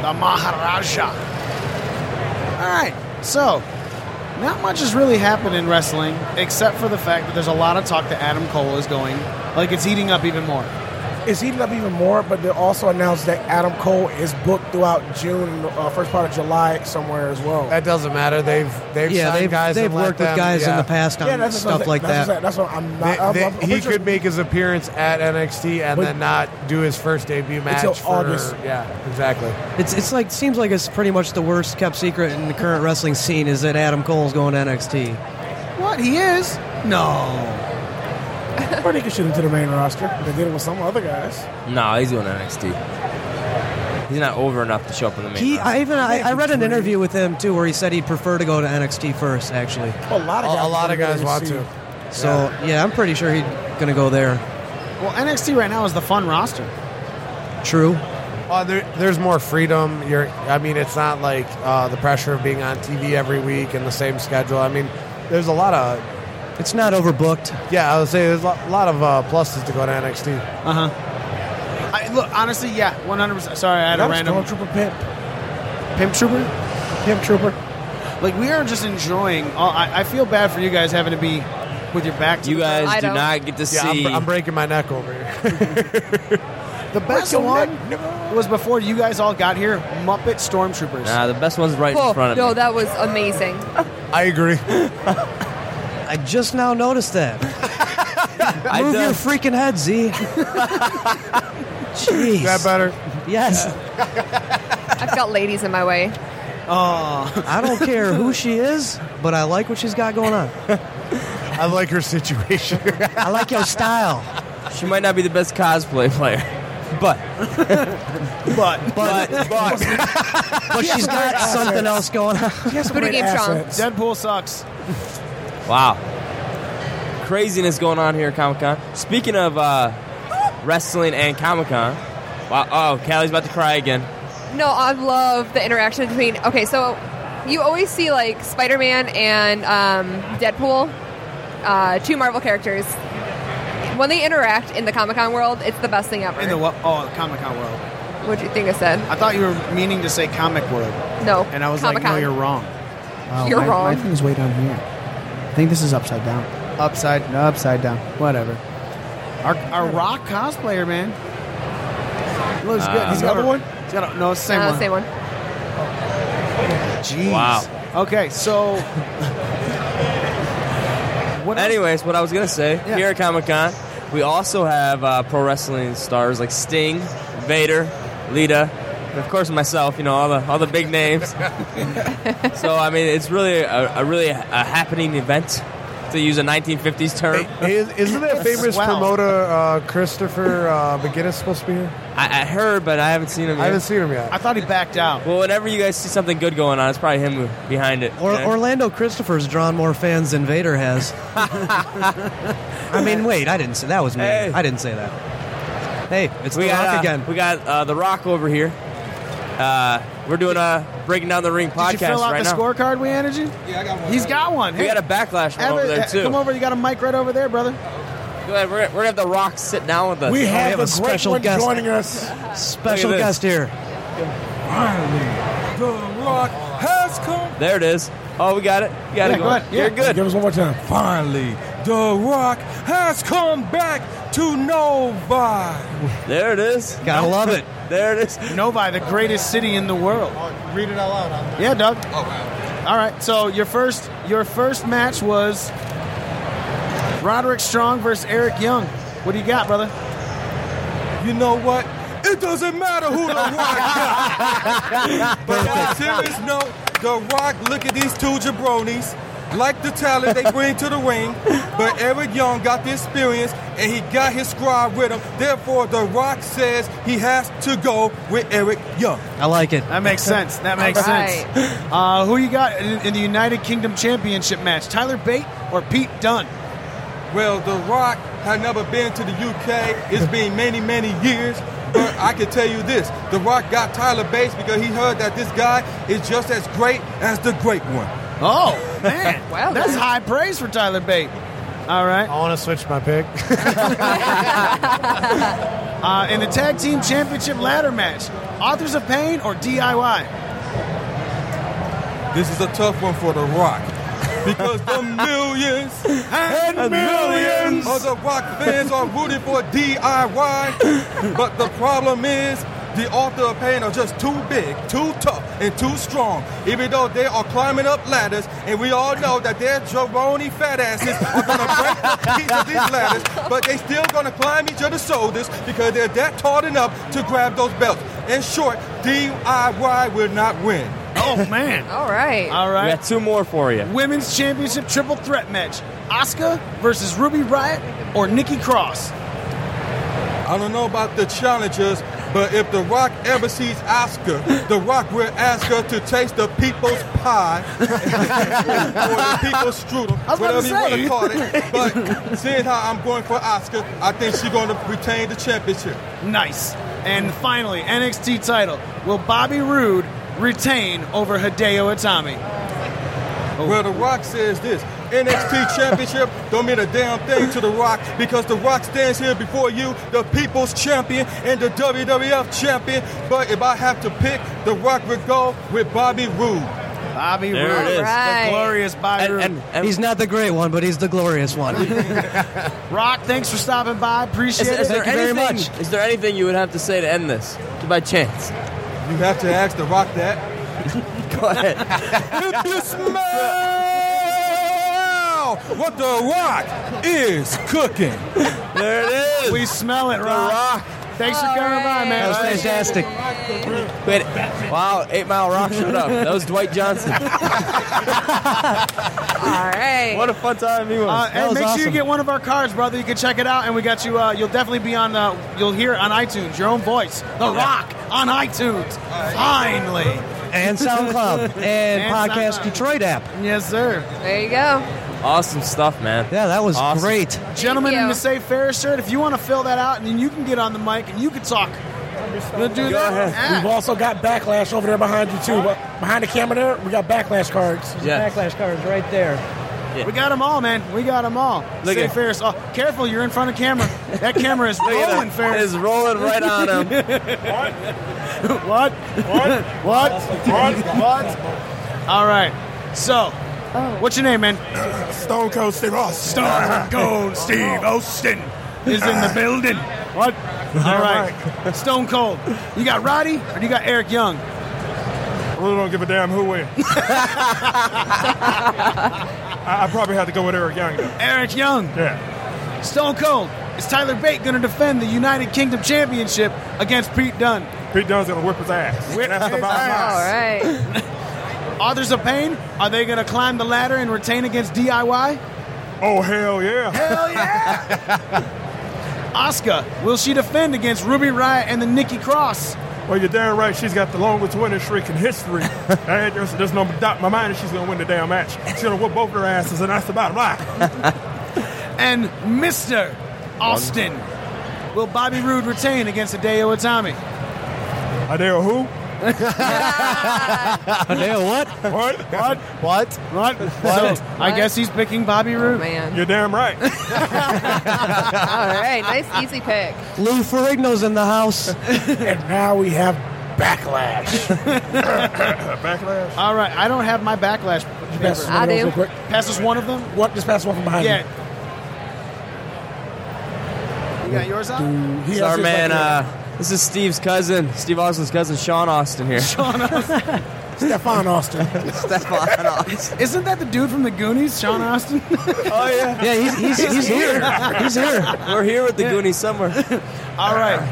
The Maharaja. All right. So, not much has really happened in wrestling except for the fact that there's a lot of talk that Adam Cole is going. Like it's heating up even more.
It's heating up even more, but they also announced that Adam Cole is booked throughout June, and, uh, first part of July somewhere as well.
That doesn't matter. They've they've
Yeah,
signed
they've,
guys.
they've
and let
worked with
them-
guys in
yeah.
the past on
that's what I'm
stuff
saying.
like
that's
that.
What I'm saying.
They-
that's what I'm not.
they-
I'm, I'm,
he
I'm
could make his appearance at NXT and
uh, But-
then not do his first debut match
Until
for-
August.
Yeah, exactly.
It's it's like seems like it's pretty much the worst kept secret in the current wrestling scene is that Adam Cole's going to NXT.
What he is? No.
Or they could shoot him to the main roster. They did it with some other guys.
No, he's doing NXT. He's not over enough to show up in the main.
He,
roster.
I even I, I read an
Three.
interview with him too where he said he'd prefer to go to NXT first actually.
A lot
A,
of guys,
a lot of
go
guys want
NXT.
to.
So yeah, I'm pretty sure he's gonna go there.
Well, NXT right now is the fun roster.
True.
Uh, there, there's more freedom. You're, I mean, it's not like uh, the pressure of being on TV every week and the same schedule. I mean, there's a lot of
It's not overbooked.
yeah. I would say there's a lot- lot of uh, pluses to go to NXT.
I, look, honestly, yeah, 100%. Sorry, I had a
Not
random
Stormtrooper pimp,
pimp trooper.
pimp trooper.
Like we are just enjoying. All, I, I feel bad for you guys having to be with your back. To
you
the
guys
I
do
don't-
not get to
Yeah,
see.
I'm, I'm breaking my neck over here.
The best one was before you guys all got here. Muppet Stormtroopers.
Nah, the best one's right
Oh,
in front of
no,
me.
that was amazing.
I agree.
I just now noticed that.
I
Move
do-
your freaking head, Z. Jeez.
Is that better?
yes.
I got ladies in my way.
I don't care who she is, but I like what she's got going on.
I like her situation.
I like your style.
She might not be the best cosplay player, but
But
but but
But she's got something else going on.
She has some
Booty
great
game strong.
assets.
Deadpool sucks.
wow, craziness going on here at Comic Con. Speaking of uh, wrestling and Comic Con, wow! Oh, Callie's about to cry again.
No, I love the interaction between. Okay, so you always see like Spider Man and um, Deadpool, uh, two Marvel characters. When they interact in the Comic Con world, it's the best thing ever.
In the wo- oh Comic Con world,
What'd you think I said?
I thought you were meaning to say comic world,
No.
and I was
Comic-Con.
like, no, you're wrong.
Oh,
You're
my, My
wrong.
thing's way down here. I think this is upside down.
Upside,
No, upside down. Whatever.
our, our rock cosplayer man.
Looks
Ah,
good. He's got the one.
He's got a, no, it's the same
Uh,
one.
same one.
Jeez.
Wow.
Okay, so. what else-
Anyways, what I was gonna say
Yeah.
here at Comic Con, we also have uh, pro wrestling stars like Sting, Vader, Lita, and of course myself. You know all the all the big names. so I mean, it's really a, a really a happening event to use a 1950s term.
Is, isn't that famous
swell.
promoter uh, Christopher uh, McGinnis supposed to be here?
I, I heard, but I haven't seen him. Yet.
I haven't seen him yet.
I thought he backed out.
well, whenever you guys see something good going on, it's probably him behind it.
Or,
you know?
Orlando Christopher's drawn more fans than Vader has. I mean, wait, I didn't say that was me.
Hey.
I didn't say that. Hey, it's
we
The
got
Rock
uh,
again. Oh,
We got uh, the Rock over here. Uh, we're doing a breaking down the ring podcast
Did you fill out
right
the
now.
scorecard we handed you? Yeah, I got one. He's got one.
We
Hey,
got a backlash one
Evan,
over there
eh,
too.
Come over. You got a mic right over there, brother.
Go ahead. We're, we're gonna have the Rock sit down with us.
We have,
have
the
a
great
special
one
guest.
joining us.
Special
Look at
guest here.
has come.
there it is. Oh, we got it. You got
Yeah,
it.
go
Going.
ahead.
You're
Yeah.
good.
Give us one more time.
Finally, The Rock has come back to Nova.
There it is.
Gotta love it.
There it is.
Novi, the greatest city in the world. Read it out loud. Yeah, Doug. All right. So your first your first match was Roderick Strong versus Eric Young. What do you got, brother?
You know what? It doesn't matter who The Rock got. but on a serious note, The Rock, look at these two jabronis. Like the talent they bring to the ring, but Eric Young got the experience and he got his squad with him. Therefore, The Rock says he has to go with Eric Young.
I like it.
That makes sense. That makes
All right.
sense. Uh, who you got in, in the United Kingdom Championship match? Tyler Bate or Pete Dunne?
Well, The Rock had never been to the UK. It's been many, many years. But I can tell you this The Rock got Tyler Bates because he heard that this guy is just as great as the great one.
Oh man,
Wow,
that's
man.
high praise for Tyler Bate. All right.
I want to switch my pick.
Uh, in the tag team championship ladder match, Authors of Pain or DIY?
This is a tough one for The Rock. Because the millions and millions of The Rock fans are rooting for DIY. But the problem is, the author of pain are just too big, too tough, and too strong. Even though they are climbing up ladders, and we all know that their jabroni fat asses are gonna break the teeth of these ladders, but they still gonna climb each other's shoulders because they're that tall enough to grab those belts. In short, DIY will not win.
Oh man.
All right.
All
We
right.
got two more for you.
Women's Championship Triple Threat match: Asuka versus Ruby Riot or Nikki Cross.
I don't know about the challengers, but if The Rock ever sees Oscar, The Rock will ask her to taste the people's pie or the people's strudel,
was about to
whatever you want
say.
to call it. But seeing how I'm going for Oscar, I think she's going to retain the championship.
Nice. And finally, NXT title: Will Bobby Roode retain over Hideo Itami?
Well, The Rock says this NXT Championship don't mean a damn thing to The Rock because The Rock stands here before you, the People's Champion and the WWF Champion. But if I have to pick, The Rock would go with Bobby Roode.
Bobby
There it
Roode,
is.
the
Right.
glorious Bobby
And,
Roode.
and, and
He's not the great one, but he's the glorious one.
Rock, thanks for stopping by. Appreciate
is,
it.
is there
Thank you very
anything?
much.
Is there anything you would have to say to end this? By chance.
You have to ask The Rock that.
Go ahead.
if you smell what the rock is cooking.
there it is.
We smell it,
the
Rock.
Rock
Thanks for coming by, man.
That was fantastic.
Wait, wow, Eight Mile Rock showed up. That was Dwight Johnson.
All right.
What a fun time he was.
Uh,
That
and
was
make sure you
awesome.
get one of our cards, brother. You can check it out, and we got you. Uh, you'll definitely be on. Uh, you'll hear it on iTunes. Your own voice, The Rock, on iTunes. Finally,
And SoundCloud and, Podcast
SoundCloud.
Detroit app.
yes, sir.
there you go.
awesome stuff, man.
Yeah, that was
Awesome.
great.
Gentlemen
you.
in the Safe Ferris shirt, if you want to fill that out, and then you can get on the mic and you can talk. Gonna do that? Ah.
We've also got backlash over there behind you too. But behind the camera there, we got backlash cards.
Yes.
Backlash cards right there.
We got them all, man. We got them all.
Look
Safe
at-
Ferris. Oh, careful, you're in front of camera. That camera is
Look at
rolling,
that.
Ferris.
It's rolling right on him.
What? What? what? What? What? All right. So, what's your name, man?
Stone Cold Steve Austin. Stone Cold Steve Austin.
Is in the building. What? All right. Stone Cold. You got Roddy or you got Eric Young?
I really don't give a damn who wins. I, I probably have to go with Eric Young. Though.
Eric Young.
Yeah.
Stone Cold. Is Tyler Bate going to defend the United Kingdom Championship against Pete Dunne?
Pete Dunn's gonna whip his ass.
Whip
That's
his
about
ass.
All right.
Authors of Pain, are they going to climb the ladder and retain against DIY?
it. Oh hell yeah!
Hell yeah! Oscar, will she defend against Ruby Riot and the Nikki Cross?
Well, you're damn right. She's got the longest winning streak in history. I, there's, there's no doubt in my mind that she's gonna win the damn match. She's gonna whip both their asses, and that's the bottom line.
And Mr. Austin, will Bobby Roode retain against Hideo Itami?
Adele who?
Adele, what?
What? What?
What?
What?
So, I guess he's picking Bobby Roode.
Man.
You're damn right.
All right. Nice, easy pick.
Lou Ferrigno's in the house.
And now we have backlash.
Backlash.
All right, I don't have my backlash.
Pass
Paper.
us one of those
I do.
real quick.
Pass us one of them.
What? Just pass one from behind.
Yeah.
you.
You got yours out?
It's
He has
our
his
man.
right there.
Uh, this is Steve's cousin, Steve Austin's cousin, Sean Austin here.
Stefan Austin.
Stefan Austin.
Isn't that the dude from the Goonies, Sean Austin?
Oh yeah,
Yeah, he's, he's, he's, here. He's here.
we're here with the Goonies somewhere.
All right.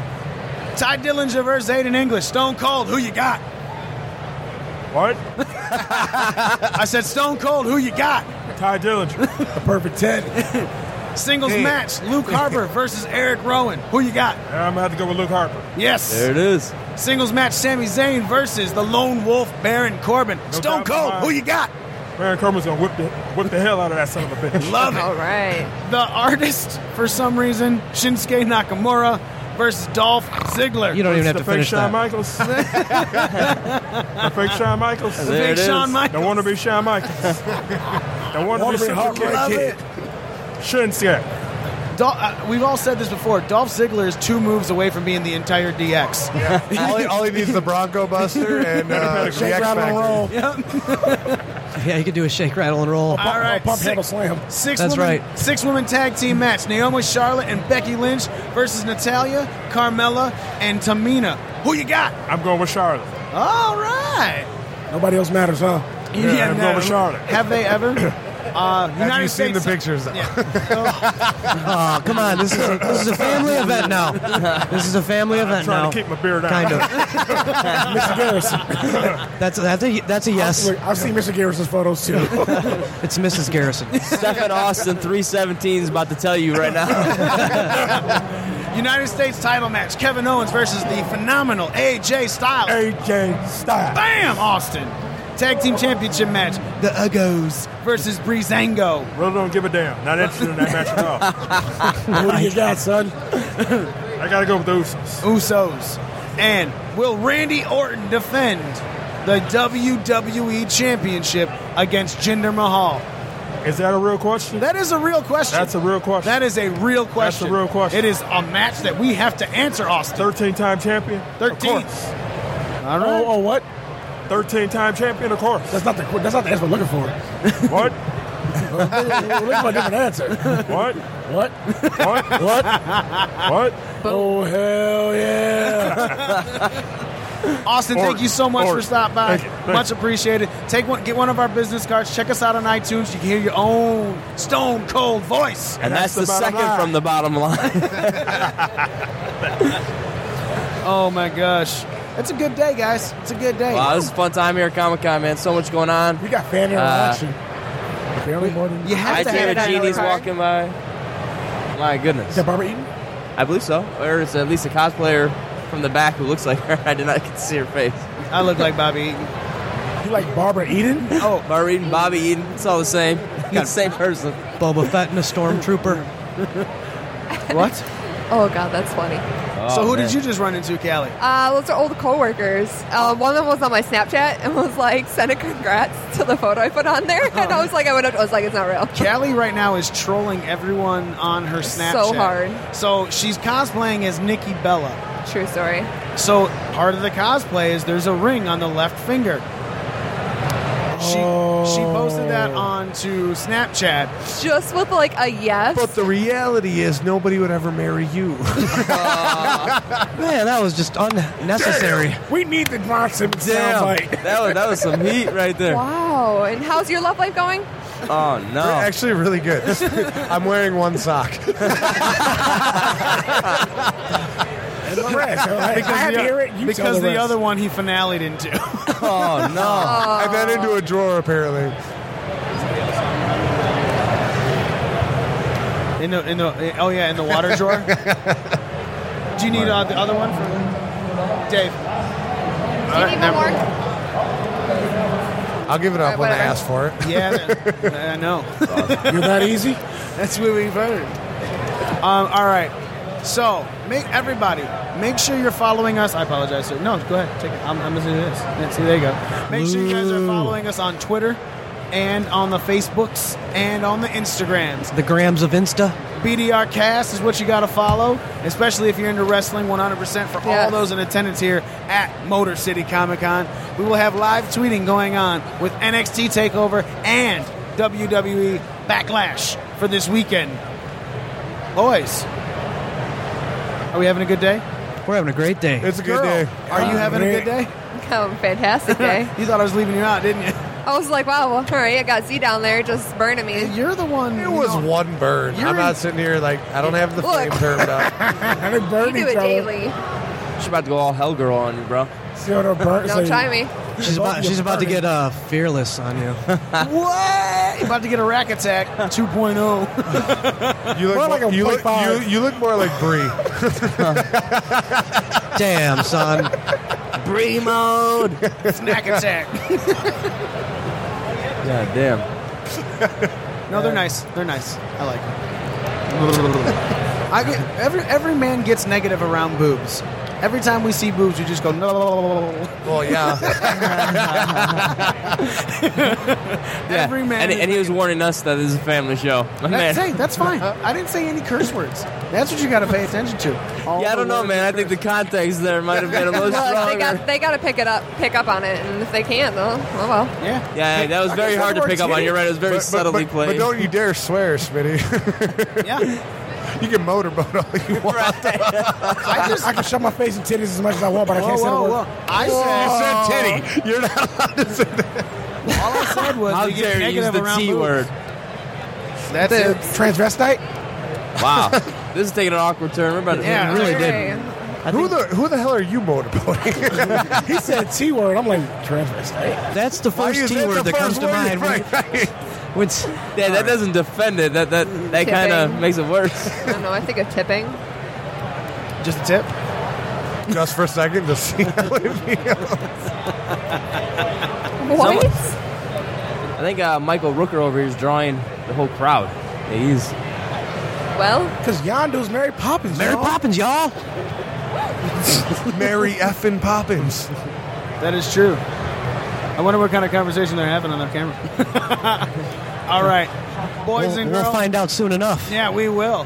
Ty Dillinger versus Aiden English. Stone Cold, who you got?
What?
I said Stone Cold, who you got?
Ty Dillinger.
The perfect 10.
Singles match, Luke Harper versus Eric Rowan. Who you got?
I'm gonna have to go with Luke Harper.
Yes.
There it is.
Singles match, Sami Zayn versus the Lone Wolf Baron Corbin. Stone
doubt in
Cold,
my
who
mind.
you got?
Baron Corbin's gonna whip the whip the hell out of that son of a bitch.
Love it.
All right.
The artist, for some reason, Shinsuke Nakamura versus Dolph Ziggler.
You don't even have
the
to
fake
finish that.
Shawn Michaels. the fake Shawn Michaels.
There
Big
it is.
Shawn
The
Michaels.
wannabe Shawn Michaels. The wannabe
Wannabe
Shawn
Harper.
Love
Michaels.
it.
Shinsuke.
Dol- uh, we've all said this before. Dolph Ziggler is two moves away from being the entire DX.
all, he, all he needs is the Bronco Buster and uh, the X
Shake, rattle, and
Factor.
roll.
Yeah, you could do a shake, rattle, and roll.
All right,
Pump,
six-
handle, slam.
Six
That's
women,
right.
Six women tag team match: Naomi, Charlotte, and Becky Lynch versus Natalia, Carmella, and Tamina. Who you got?
I'm going with Charlotte.
All right.
Nobody else matters, huh?
Yeah, I'm going with
no.
Charlotte.
Have they ever? Uh,
Have
United
you seen the
States-
pictures? though?
Oh, come on. This is, a, this is a family event now. This is a family event
Trying
now.
to keep my beard out.
Kind of.
Mr. Garrison.
That's, that's, a, that's a yes.
Look, I've seen Mr. Garrison's photos too.
It's Mrs. Garrison.
Stefan Austin, three seventeen is about to tell you right now.
United States title match: Kevin Owens versus the phenomenal AJ Styles.
AJ Styles.
Bam, Austin. Tag team championship match: The Uggos versus Breezango.
Really don't give a damn. Not interested in that match at all.
what do you got, son?
I gotta go with the Usos.
Usos. And will Randy Orton defend the WWE Championship against Jinder Mahal?
Is that a real question?
That is a real question.
That's a real question.
That is a real question.
real question.
It is a match that we have to answer, Austin.
13 time champion?
Thirteen.
Of course.
All
Oh, oh, what?
13 time champion, of course.
That's not the that's not the answer we're looking for.
what?
We're looking for a different answer.
What?
What?
What?
What?
What?
Oh hell yeah!
Austin, thank
Orton.
you so much for
Orton.
stopping by.
Thank you. Thank
Much
you.
appreciated. Take one, get one of our business cards. Check us out on iTunes. You can hear your own stone cold voice.
And that's,
That's the
the
bottom
second
line.
from the bottom line.
Oh my gosh. It's a good day, guys. It's a good day.
Wow, this is a fun time here at Comic Con, man. So much going on.
We got fan interaction.
Uh,
Barely more than
you have
I
to
see
have
the
that
genies
card.
walking by. My goodness.
Is that Barbara Eden?
I believe so. Or it's at least a cosplayer from the back who looks like her. I did not get to see her face.
I look like Bobby Eaton.
You like Barbara Eden?
Oh, Maureen, Bobby Eden. It's all the same. Got the same person.
Boba Fett and a stormtrooper.
What?
Oh god, that's funny.
Oh,
so who did you just run into, Callie?
Uh, those are old coworkers. Uh, one of them was on my Snapchat and was like, "Send a congrats to the photo I put on there." And I was like, I went up, I was like, "It's not real."
Callie right now is trolling everyone on her Snapchat.
So hard.
So she's cosplaying as Nikki Bella.
True story.
So part of the cosplay is there's a ring on the left finger. She she posted that onto Snapchat.
Just with like a yes.
But the reality is, nobody would ever marry you.
Man, that was just unnecessary.
We need the Ron Simmons
Damn.
soundbite.
That was, that was some heat right there.
wow. And how's your love life going?
Oh, no.
Actually, really good. I'm wearing one sock.
And the rest. I'm like, I had to hear it. You tell
because
the,
the
rest.
other one he finaled into.
Oh, no.
I got into a drawer apparently.
In the in the oh yeah in the water drawer. Do you need uh, the other one for Dave?
Do you need one more?
I'll give it up
Alright,
when I
whatever.
ask for it.
Yeah, I know.
You're that easy?
That's what we've heard. Um, all right. So make everybody make sure you're following us. I apologize. Sir. No, go ahead. Take it. I'm, I'm gonna do this. Let's see. There you go. Make sure you guys are following us on Twitter. And on the Facebooks and on the Instagrams.
The grams of Insta.
BDR Cast is what you gotta follow, especially if you're into wrestling 100% for all
Yes.
those in attendance here at Motor City Comic Con. We will have live tweeting going on with NXT TakeOver and WWE Backlash for this weekend. Boys, are we having a good day?
We're having a great day.
It's a good
Girl,
day.
Are you having a good day?
Oh, fantastic day.
You thought I was leaving you out, didn't you?
I was like, wow, well, all right, I got Z down there just burning me.
You're the one.
It was one burn.
You're
I'm not
in-
sitting here like I don't have the
Look.
flame turned up.
I think
You
Bernie
do it daily.
She's about to go all hell girl on you, bro.
Theodore Burns.
Don't try me.
She's about, she's about to get uh, fearless on you.
What? About to get a rack attack oh. 2.0.
You look
More like a
you look,
0.5.
you, you look more like Brie.
Damn, son.
Bree mode.
Snack attack.
God damn.
No, they're nice. They're nice. I like them. I get, every every man gets negative around boobs. Every time we see boobs, we just go no.
Well, yeah.
Every man.
And, and he was warning us that this is a family show. My
that's,
man.
hey, that's fine. I didn't say any curse words. That's what you got to pay attention to. All
Yeah, I
the
don't know,
words
man. I
are
think the context there might have been a little
Look,
stronger.
they got they got to pick it up, pick up on it, and if they can't, though, oh well.
curse- Yeah.
yeah, that was very hard to pick up on. You're right. It was very
But, but,
subtly
but, but
played.
don't you dare swear, Smitty.
Yeah.
you can motorboat all you want.
I, just, I can shut my face and titties as much as I want, but I
Whoa,
can't say the
whoa,
word.
whoa. I
You said
said,
titty. You're not allowed to say that.
all I said was
How
you get
dare you use
negative
the
around
T
boobs.
word?
That's it.
Transvestite?
Wow. this is taking an awkward turn. We're about to
Yeah.
really
All
did.
right.
Who the who the hell are you motorboating?
He said T word. I'm like, transvestite?
That's the
Why
first
is
T
that
word
the
that comes
first
to
word?
mind. when-
Right, right.
when-
Yeah, that doesn't defend it. That that that
Tipping.
kind of makes it worse.
I don't know. I think of tipping.
Just a tip.
Just for a second to see how it feels.
What?
I think uh, Michael Rooker over here is drawing the whole crowd. Yeah, he's
Well,
Because Yondu's Mary Poppins.
Mary
y'all.
Poppins, y'all.
Mary effing Poppins.
That is true. I wonder what kind of conversation they're having on their camera. All right, boys
We'll,
and
we'll
girls.
find out soon enough.
Yeah, we will.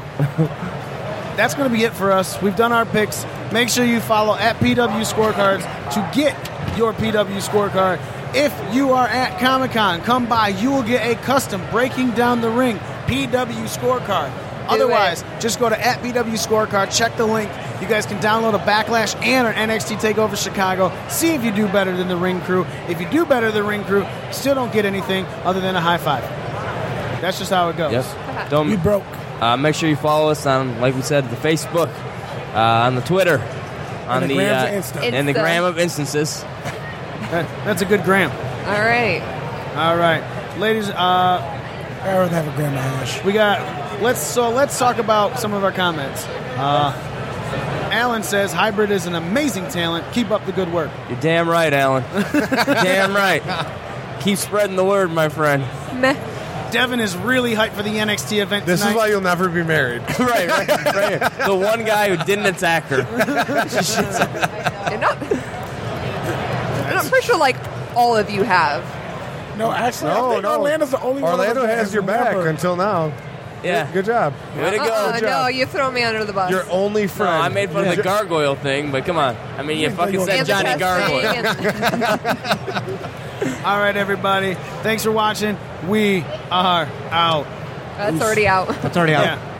That's going to be it for us. We've done our picks. Make sure you follow at PW Scorecards to get your PW scorecard. If you are at Comic Con, come by. You will get a custom Breaking Down the Ring PW scorecard. Otherwise, just go to at PW Scorecard, check the link. You guys can download a Backlash and an NXT TakeOver Chicago. See if you do better than the Ring Crew. If you do better than the Ring Crew, still don't get anything other than a high five. That's just how it goes.
yep.
We
Don't
broke.
uh, make sure you follow us on, like we said, the Facebook, uh, on the Twitter, on
the
the,
grams of
uh,
instance.
in the
Insta.
gram of instances.
That- that's a good gram.
All right.
All right, ladies. Uh,
I rather have a grandma hash.
We got let's so let's talk about some of our comments. Uh, Alan says hybrid is an amazing talent. Keep up the good work.
You're damn right, Alan. damn right. Keep spreading the word, my friend.
Meh.
Devin is really hyped for the NXT event
This
tonight.
is why you'll never be married.
right, right, right. The one guy who didn't attack her.
And not, and I'm pretty sure like all of you have.
No, actually, I think Orlando's the only
Orlando
one.
has your back until now.
Yeah.
Good job.
Way to go.
Uh-uh, no,
job.
you throw me under the bus.
Your only
No,
friend.
I made fun of the
Yeah.
gargoyle thing, but come on. I mean, you fucking said
and the
Johnny
testing
Gargoyle.
and-
All right, everybody. Thanks for watching. We are out.
that's already out.
That's already out.
Yeah.